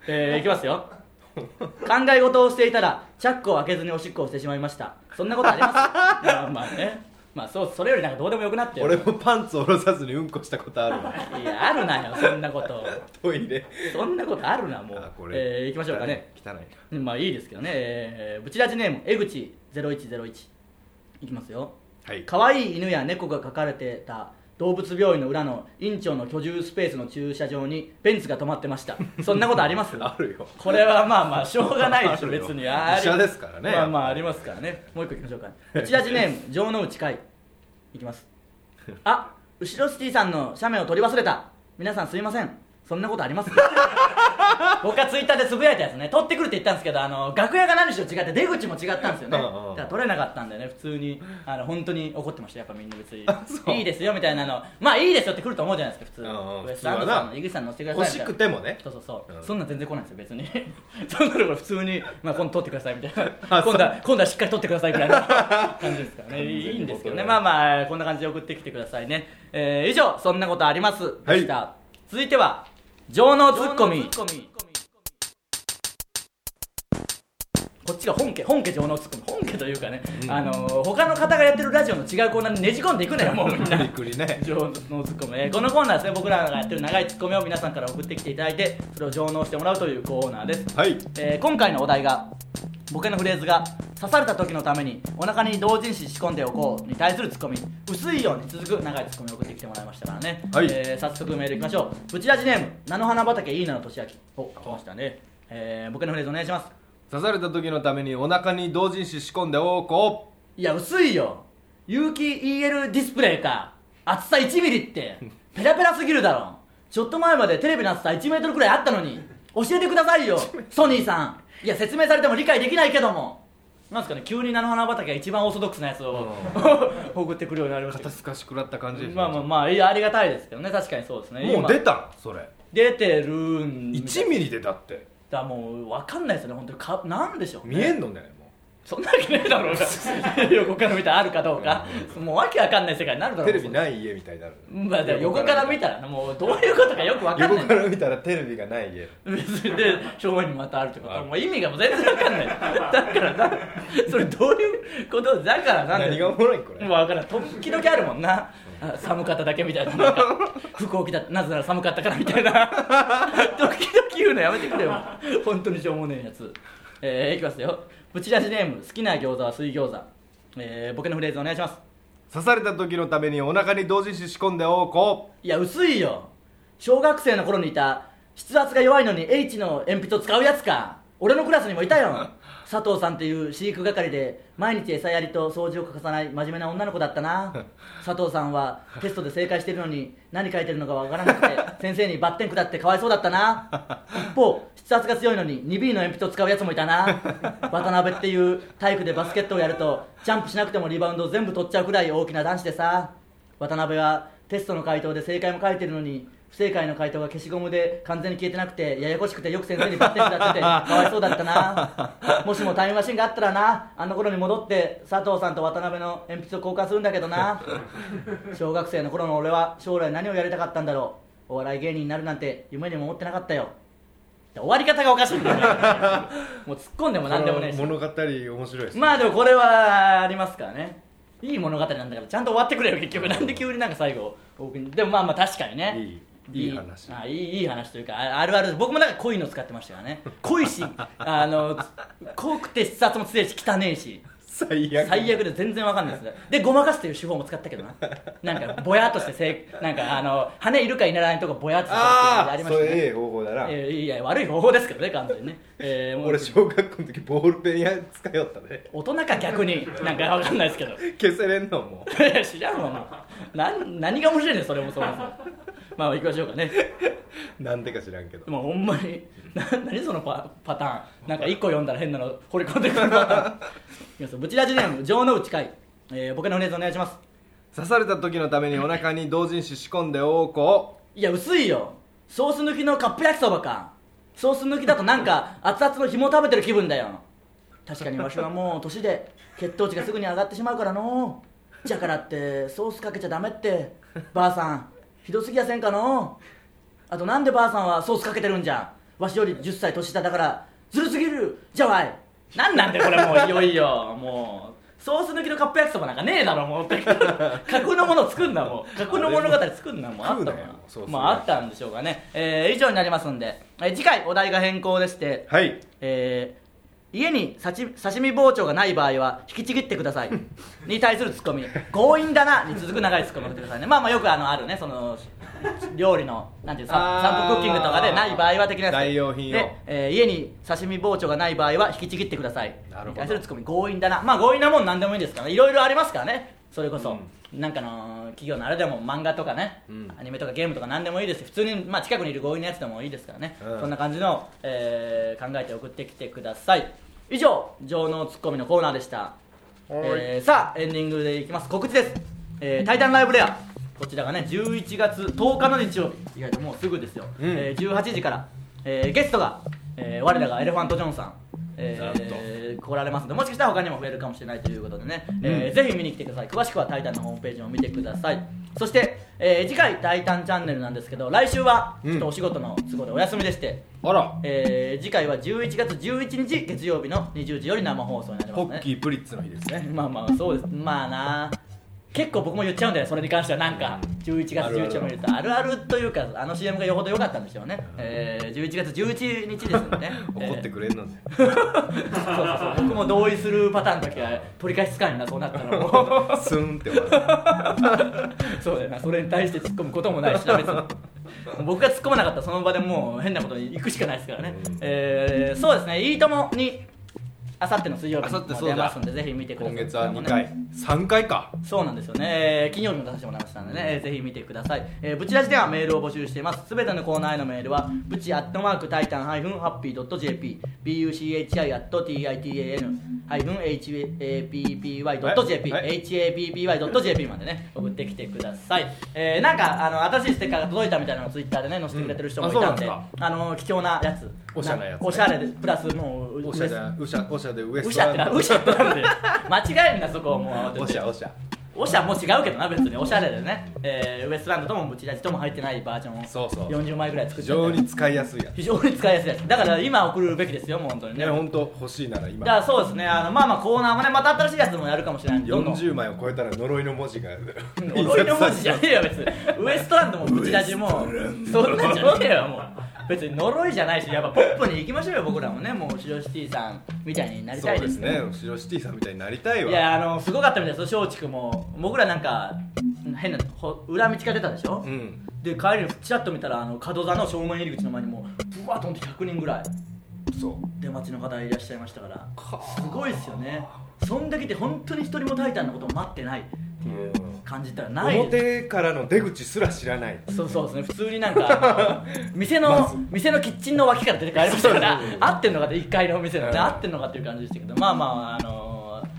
Speaker 1: えー、いきますよ考え事をしていたらチャックを開けずにおしっこをしてしまいましたそんなことあり ますまあまあねまあそうそれよりなんかどうでもよくなってよ
Speaker 2: 俺もパンツ下ろさずにうんこしたことあるわ
Speaker 1: いやあるなよそんなこと
Speaker 2: トイレ
Speaker 1: そんなことあるなもう
Speaker 2: あこ
Speaker 1: えー、いきましょうかね
Speaker 2: 汚い汚い
Speaker 1: まあいいですけどね、えー、ブチラジネーム江口0101いきますよ
Speaker 2: はい
Speaker 1: 可愛い犬や猫が描かれてた動物病院の裏の院長の居住スペースの駐車場にベンツが止まってましたそんなことあります
Speaker 2: あるよ
Speaker 1: これはまあまあしょうがないでしょ
Speaker 2: あるよ
Speaker 1: 別にあり
Speaker 2: 医者ですからね
Speaker 1: まあまあありますからねもう一個いきましょうかブチラジネ ーム城之内海いきますあ 後ろシティさんの写メを取り忘れた皆さんすいませんそんなことあります僕がツイッターでつぶやいたやつね取ってくるって言ったんですけどあの楽屋が何しろ違って出口も違ったんですよねだ
Speaker 2: うんうんうん
Speaker 1: から取れなかったんでね普通にあの本当に怒ってましたやっぱみんな別 にいいですよみたいなのまあいいですよって来ると思うじゃないですか普通
Speaker 2: うんうん
Speaker 1: ウエストランドさんの井口さん乗せてくださいみ
Speaker 2: 欲した
Speaker 1: いな
Speaker 2: くてもね
Speaker 1: そうそうそう、
Speaker 2: うん
Speaker 1: そんなん全然来ないんですよ別に そんなのが普通に、まあ、今度取ってくださいみたいな 今
Speaker 2: あそう
Speaker 1: 度は今度はしっかり取ってくださいぐらいの感 じですからね
Speaker 2: 完全に
Speaker 1: いいんですけどね
Speaker 2: 僕
Speaker 1: ま
Speaker 2: ら
Speaker 1: あまあこんな感じで送ってきてくださいね、えー以上「そんなことあります」でした、続いては情能ツッコミこっちが本家本家情能ツッコミ本家というかね、
Speaker 2: うん
Speaker 1: あのー他の方がやってるラジオの違うコーナーにねじ込んでいくなよもうみんな
Speaker 2: びっくりね
Speaker 1: 情能ツッコミ、えーこのコーナーはですね僕らがやってる長いツッコミを皆さんから送ってきていただいてそれを上納してもらうというコーナーです、
Speaker 2: はい
Speaker 1: えー今回のお題が僕のフレーズが刺された時のためにお腹に同人誌仕込んでおこうに対するツッコミ薄いように続く長いツッコミを送ってきてもらいましたからね、
Speaker 2: はい
Speaker 1: えー早速メールいきましょうブチラジネーム菜の花畑いいなのとしあきお来ましたね、えー、僕のフレーズお願いします
Speaker 2: 刺された時のためにお腹に同人誌仕込んでおこ
Speaker 1: いや薄いよ有機 EL ディスプレイか厚さ1ミリってペラペラすぎるだろちょっと前までテレビの厚さ1メートルくらいあったのに教えてくださいよソニーさんいや説明されても理解できないけどもなんすかね急に菜の花畑が一番オーソドックスなやつを 送ってくるようになりま
Speaker 2: う
Speaker 1: した
Speaker 2: 肩すかしくらった感じですね
Speaker 1: まあまあまあいやありがたいですけどね確かにそうですね
Speaker 2: もう出
Speaker 1: 今
Speaker 2: たんそれ
Speaker 1: 出てるん
Speaker 2: 1ミリでだって
Speaker 1: だからもう分かんないですよね本当にかなんでしょうね
Speaker 2: 見えんのねも
Speaker 1: そんなわけねえだろうが横から見たらあるかどうかもうわけわかんない世界になるだろ
Speaker 2: う
Speaker 1: う
Speaker 2: テレビ
Speaker 1: い
Speaker 2: ない家みたいになる
Speaker 1: まあ、だから横から見たらもうどういうことかよくわかん
Speaker 2: 横
Speaker 1: ない
Speaker 2: から見たらテレビがない家
Speaker 1: 別にで正面にまたあるってこと
Speaker 2: ある
Speaker 1: もう意味がもう全然わかんないだからなそれどういうことだからなんだよ
Speaker 2: 何がおもろいこれ
Speaker 1: もうわからん時々あるもんなあ寒かっただけみたいななんか 服を着たなぜなら寒かったからみたい な時々言うのやめてくれよ本当にしょうもねえやつえー、いきますよブチラジネーム好きな餃子は水餃子えー、僕のフレーズお願いします
Speaker 2: 刺された時のためにお腹に同人誌仕込んでおこ
Speaker 1: いや薄いよ小学生の頃にいた筆圧が弱いのに H の鉛筆を使うやつか俺のクラスにもいたよ佐藤さんという飼育係で毎日餌やりと掃除を欠かさない真面目な女の子だったな佐藤さんはテストで正解してるのに何書いてるのかわからなくて先生にバッテン下ってかわいそうだったな一方筆圧が強いのに 2B の鉛筆を使うやつもいたな渡辺っていう体育でバスケットをやるとジャンプしなくてもリバウンドを全部取っちゃうくらい大きな男子でさ渡辺はテストの回答で正解も書いてるのに不正解の回答が消しゴムで完全に消えてなくてややこしくてよく先生にバッテン下っててかわいそうだったなもしもタイムマシンがあったらなあの頃に戻って佐藤さんと渡辺の鉛筆を交換するんだけどな小学生の頃の俺は将来何をやりたかったんだろうお笑い芸人になるなんて夢にも思ってなかったよ終わり方がおかしいんだよねもう突っ込んで
Speaker 2: う
Speaker 1: も何でもねえし
Speaker 2: この物語面白いですね
Speaker 1: まあでもこれはありますからねいい物語なんだからちゃんと終わってくれよ結局なんで急になんか最後オープニングでもまあまあ確かにね
Speaker 2: いいいい話
Speaker 1: あいいいい話というかああるある僕もなんか濃いの使ってましたからね濃いし あの濃くて筆圧も強いし汚ねえし
Speaker 2: 最悪
Speaker 1: 最悪で全然わかんないですでごまかすという手法も使ったけどななんかぼやっとしてせいなんかあの羽いるかいらないとかぼやっとして
Speaker 2: ああ
Speaker 1: りまし
Speaker 2: そ
Speaker 1: た
Speaker 2: れえ
Speaker 1: ね
Speaker 2: え方法だな、
Speaker 1: えーいや悪い方法ですけどね完全にね、えーもう
Speaker 2: 俺小学校の時ボールペンや使いよったね
Speaker 1: 大人か逆になんかわかんないですけど
Speaker 2: 消せれんのも
Speaker 1: いや 知らんわもうなん何が面白いねんそれもそもそもまあ行きましょうかね
Speaker 2: う なんでか知らんけど
Speaker 1: でもほんまにな何そのパパターンなんか1個読んだら変なの掘り込んでくるパターンいきますよブチラジネーム城之内海、えー、僕のフレーズお願いします
Speaker 2: 刺された時のためにお腹に同人誌仕込んでおこう
Speaker 1: いや薄いよソース抜きのカップ焼きそばかソース抜きだとなんか熱々の紐食べてる気分だよ確かにわしはもう年で血糖値がすぐに上がってしまうからのじゃからってソースかけちゃダメってばあさんひどすぎやせんかのあとなんでばあさんはソースかけてるんじゃんわしより10歳年下だからずるすぎるじゃわいなんなんだよこれもういよいよもうソース抜きのカップ焼きそばなんかねえだろもう架空のもの作んなもう架空の物語作んなもうあったもん
Speaker 2: 食うなよもうソース
Speaker 1: まああったんでしょうかね、えー以上になりますんで、えー次回お題が変更でして、
Speaker 2: はい
Speaker 1: えー家にさち刺身包丁がない場合は引きちぎってくだ さいに対するツッコミ強引だなに続く長いツッコミを送ってくださいねまあまあよくあのあるねその料理のなんていうさ
Speaker 2: あー
Speaker 1: 散歩クッキングとかでない場合は的なやつ
Speaker 2: 代用品を
Speaker 1: で、えー家に刺身包丁がない場合は引きちぎってください
Speaker 2: なるほど
Speaker 1: に対するツッコミ強引だなまあ強引なもん何でもいいですからねいろいろありますからねそれこそ、なんかの企業のあれでも漫画とかね、
Speaker 2: うん
Speaker 1: アニメとかゲームとか何でもいいですし普通に、まあ、近くにいる強引なやつでもいいですからね、
Speaker 2: うん
Speaker 1: そんな感じの、えー考えて送ってきてください以上情能ツッコミのコーナーでした、えーさあエンディングでいきます告知です「えータイタンライブレア」こちらがね11月10日の日曜日意外ともうすぐですよ、
Speaker 2: うん
Speaker 1: えー18時から、えーゲストが、えー我らがエレファントジョンさんえー
Speaker 2: なんと
Speaker 1: 来られますのでもしかしたら他にも増えるかもしれないということでね、えーぜひ見に来てください詳しくは「タイタン」のホームページを見てくださいそして、えー次回「タイタンチャンネル」なんですけど来週は
Speaker 2: うん
Speaker 1: ちょっとお仕事の都合でお休みでして、
Speaker 2: あら
Speaker 1: えー次回は11月11日月曜日の20時より生放送になります
Speaker 2: ホ
Speaker 1: ね
Speaker 2: ッキープリッツの日ですね
Speaker 1: まあまあそうですまあな結構僕も言っちゃうんだよそれに関してはなんか11月
Speaker 2: あるある
Speaker 1: 11日も見るとあるあるというかあの CM がよほど良かったんでしょうね、えー、11月11日ですよね
Speaker 2: 怒ってくれん のね
Speaker 1: そうそうそう僕も同意するパターンの時は取り返しつかんよなそうなったらもう
Speaker 2: スンって終わ
Speaker 1: そうだよなそれに対して突っ込むこともない しな別に僕が突っ込まなかったらその場でもう変なことに行くしかないですからね、
Speaker 2: うん
Speaker 1: えーそうですね「いいとも!」にあさっての水曜日
Speaker 2: 明後日
Speaker 1: に
Speaker 2: そうだ
Speaker 1: 出ますんでぜひ見て
Speaker 2: る
Speaker 1: ください
Speaker 2: 今月は2回3回か
Speaker 1: そうなんですよね、えー金曜日も出させてもらいましたのでね、えーぜひ見てください、えー、ブチラジではメールを募集していますすべてのコーナーへのメールはブチアットマークタイタンハイフンハッピードット JP buchi アット titan ハイフン happy ドット JP
Speaker 2: はいはい
Speaker 1: happy ドット JP までね送ってきてください、えーなんかあの新しいステッカーが届いたみたいなのをツイッターでね載せてくれてる人もいたんで,、
Speaker 2: うん
Speaker 1: あ
Speaker 2: あ
Speaker 1: の貴重なやつ
Speaker 2: おしゃれなやつね
Speaker 1: おしゃれでプラスもう
Speaker 2: おしゃでウシャおしゃでウエ
Speaker 1: ウ
Speaker 2: ス
Speaker 1: シ
Speaker 2: ト
Speaker 1: ャって
Speaker 2: ラン
Speaker 1: な
Speaker 2: ド
Speaker 1: ウシャってなん で間違えんなそこをもう慌てて
Speaker 2: おしゃおしゃ
Speaker 1: おしゃも違うけどな別におしゃれでね、えーウエストランドともブチラジとも入ってないバージョンを
Speaker 2: そうそう
Speaker 1: 40枚ぐらい作っ
Speaker 2: 非
Speaker 1: ちゃった
Speaker 2: 常に使いやすいやつ
Speaker 1: 非常に使いやすいですだから今送るべきですよもう本当にね
Speaker 2: ね本当欲しいなら
Speaker 1: だ
Speaker 2: 今
Speaker 1: からそうですねあのまあまあコーナーもねまた新しいやつもやるかもしれないんでどんどん
Speaker 2: 40枚を超えたら呪いの文字が
Speaker 1: 呪いの文字じゃねえよ別にウエストランドもブチラジもそんなんじゃねえよもう別に呪いじゃないしやっぱポップに行きましょうよ僕らもねもう白シティさんみたいになりた
Speaker 2: そう
Speaker 1: い
Speaker 2: で
Speaker 1: です
Speaker 2: す
Speaker 1: ね
Speaker 2: ね後ろシティさんみたいになりたいわ
Speaker 1: いやあのすごかったみたいですよ松竹も僕らなんか変なほ裏道から出たでしょ、
Speaker 2: うん
Speaker 1: で帰りにチラッと見たらあの門座の正面入り口の前にもうぶわっとんで100人ぐらい
Speaker 2: そう
Speaker 1: 出待ちの方いらっしゃいましたからすごいですよねそんだけで本当に一人もタイタンのことを待ってないっていう感じたらない
Speaker 2: 表からの出口すら知らない
Speaker 1: そうそうですね普通になん か店の、
Speaker 2: まず
Speaker 1: 店のキッチンの脇から出て帰りましたから
Speaker 2: そうそうそう
Speaker 1: 合ってんのかって1階のお店のね、
Speaker 2: うん
Speaker 1: 合ってんのかっていう感じでしたけどまあまああのー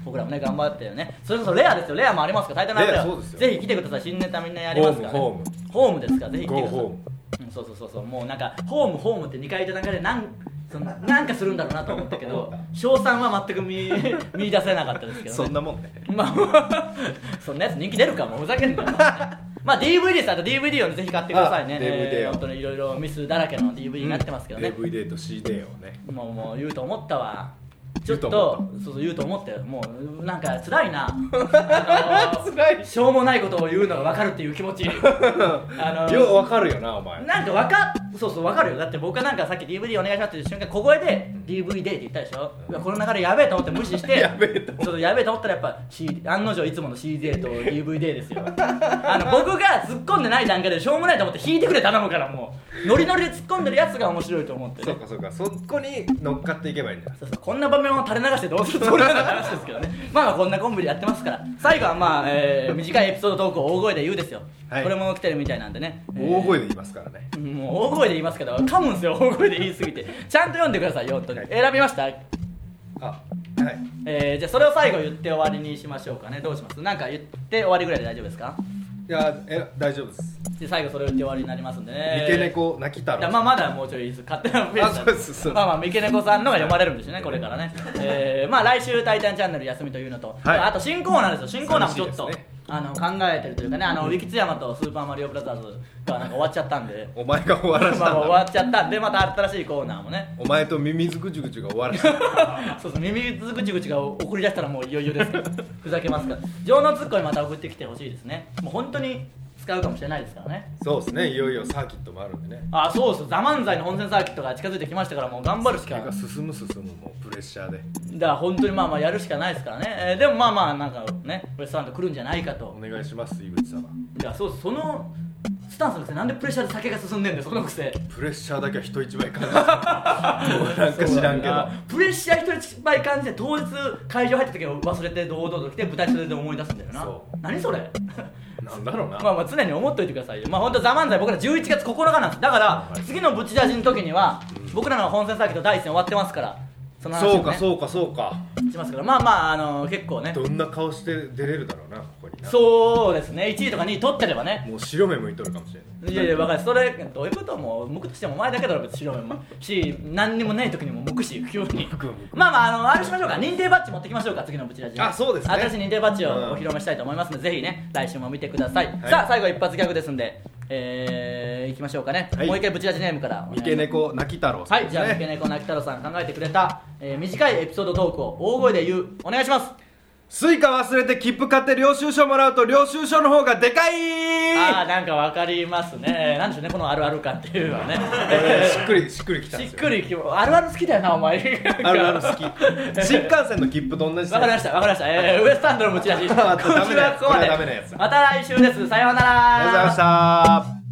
Speaker 1: 僕らもね頑張ってねそれこそレアですよレアもありますから大体なんだ
Speaker 2: レアそうですよ
Speaker 1: ぜひ来てください新ネタみんなやりますから、ね、
Speaker 2: ホーム
Speaker 1: ホームですからぜひ来てください
Speaker 2: Go home
Speaker 1: うん、そうそうそうそうもうなんかホームホームって2回言った中でなんそのなんかするんだろうなと思ったけど賞賛は全く見 見出せなかったですけどね
Speaker 2: そんなもんね
Speaker 1: まあ、 そんなやつ人気出るかもうふざけんなよまあ DVD ですあと DVD をねぜひ買ってくださいね
Speaker 2: あ DVD
Speaker 1: えー
Speaker 2: を
Speaker 1: 本当にいろいろミスだらけの DVD になってますけどね、
Speaker 2: DVD と CD をね
Speaker 1: もうもう言うと思ったわちょっと
Speaker 2: 言うと思
Speaker 1: そうそう言うと思ったよもうなんか辛いな
Speaker 2: 辛い
Speaker 1: しょうもないことを言うのが分かるっていう気持 ちあ
Speaker 2: ようわかるよなお前
Speaker 1: なんかわかそうそうわかるよだって僕はなんかさっき DVD お願いしますって言った瞬間小声で DVD って言ったでしょ、うわこの流れやべえと思って無視して
Speaker 2: やべえと思
Speaker 1: そうやべえと思ったらやっぱ、C、案の定いつもの CJ と DVD ですよあの僕が突っ込んでない段階でしょうもないと思って引いてくれ頼むからもうノリノリで突っ込んでるやつが面白いと思って、ね、
Speaker 2: そうかそうかそこに乗っかっていけばいいんだ
Speaker 1: そうそうこんな場面を垂れ流してどうするつもりなのかって話ですけど ねまあまあこんなコンビでやってますから最後はまあ、えー短いエピソードトークを大声で言うですよ、
Speaker 2: はい
Speaker 1: これも来てるみたいなんでね
Speaker 2: 大声で言いますからね
Speaker 1: もう大声で言いますけど噛むんですよ大声で言いすぎてちゃんと読んでくださいよ本当に
Speaker 2: はい
Speaker 1: 選びました、
Speaker 2: あはい
Speaker 1: えーじゃあそれを最後言って終わりにしましょうかねどうしますなんか言って終わりぐらいで大丈夫ですか
Speaker 2: いやえ大丈夫です
Speaker 1: で最後それを言って終わりになりますんでね
Speaker 2: 三毛猫泣き太
Speaker 1: いや
Speaker 2: 郎
Speaker 1: まあまだもうちょい勝手なペースなん
Speaker 2: あそうですそうです
Speaker 1: まあまあ三毛猫さんのが読まれるんですよねこれからね、えーまあ来週「タイタンチャンネル」休みというのと、
Speaker 2: はい
Speaker 1: あと新コーナーですよ新コーナーもちょっと、
Speaker 2: 寂しいです
Speaker 1: あの考えてるというかねあのウィキツヤマとスーパーマリオブラザーズがなんか終わっちゃったんで
Speaker 2: お前が終わ
Speaker 1: まあ
Speaker 2: らせ
Speaker 1: ま
Speaker 2: たん
Speaker 1: あ
Speaker 2: だ
Speaker 1: 終わっちゃったんでまた新しいコーナーもね
Speaker 2: お前とミミズグチュグチュが終わらせた
Speaker 1: そうそう耳ずぐちぐちが送り出したらもういよいよですけどふざけますから情のツッコミまた送ってきてほしいですねもう本当に使うかもしれないですからね
Speaker 2: そうですねいよいよサーキットもあるんでね
Speaker 1: あそうそう「ザ漫才の本戦サーキットが近づいてきましたからもう頑張るしか
Speaker 2: が進む進むもうプレッシャーで
Speaker 1: だから本当にまあまあやるしかないですからね、えーでもまあまあなんかねウエストランド来るんじゃないかと
Speaker 2: お願いします井口様
Speaker 1: いやそうそのスタンスのくせなんでプレッシャーで酒が進んでんだよそのくせ
Speaker 2: プレッシャーだけは人一倍感 じたもうなんか知らんけど
Speaker 1: プレッシャー一人倍感じて当日会場入った時は忘れて堂々と来て舞台袖で思い出すんだよな
Speaker 2: そう
Speaker 1: 何それ
Speaker 2: なんだろうな、
Speaker 1: まあまあ常に思っといてくださいよまあ本当ザ漫才僕ら11月9日なんですだから次のブチラジの時には僕らの本戦サーキット第一戦終わってますからその話
Speaker 2: そう
Speaker 1: を、
Speaker 2: か
Speaker 1: ね、
Speaker 2: そうかそうか
Speaker 1: しますからまあまああの結構ね
Speaker 2: どんな顔して出れるだろうなここにな
Speaker 1: そうですね1位とか2位取ってればね
Speaker 2: もう白目向いとるかもしれない
Speaker 1: いやいや分かるそれどういうこともう向くとしてもお前だけだろ別に白目もし何にもない時にも向くし急に
Speaker 2: く向く
Speaker 1: まあまああのあれしましょうか認定バッジ持ってきましょうか次のブチラジ
Speaker 2: あそうですね
Speaker 1: 新しい認定バッジを
Speaker 2: うん
Speaker 1: お披露目したいと思いますので、ぜひね来週も見てください、
Speaker 2: はい
Speaker 1: さあ最後一発ギャグですんでえー、いきましょうかね、
Speaker 2: はい
Speaker 1: もう一回ブチラジネームからお願いします
Speaker 2: 三毛猫泣き太郎さ
Speaker 1: は
Speaker 2: ん
Speaker 1: い
Speaker 2: です
Speaker 1: じゃ
Speaker 2: ね、
Speaker 1: あ三毛猫なき太郎さん考えてくれた、えー短いエピソードトークを大声で言うお願いします
Speaker 2: スイカ忘れて切符買って領収書もらうと領収書の方がでかい
Speaker 1: ああなんかわかりますねなんでしょうねこのあるある感っていうのはね
Speaker 2: これしっくりしっくりきたん
Speaker 1: し
Speaker 2: で
Speaker 1: っ
Speaker 2: すよ
Speaker 1: くりきあるある好きだよなお前
Speaker 2: あるある好き新幹線の切符と同じ
Speaker 1: わかりましたわかりました、えー、ウエスタンドの持ち出し今週
Speaker 2: あダメなや
Speaker 1: は
Speaker 2: つ
Speaker 1: ここま
Speaker 2: これはダメなや
Speaker 1: で
Speaker 2: つ
Speaker 1: また来週ですさようなら
Speaker 2: ありがとうございました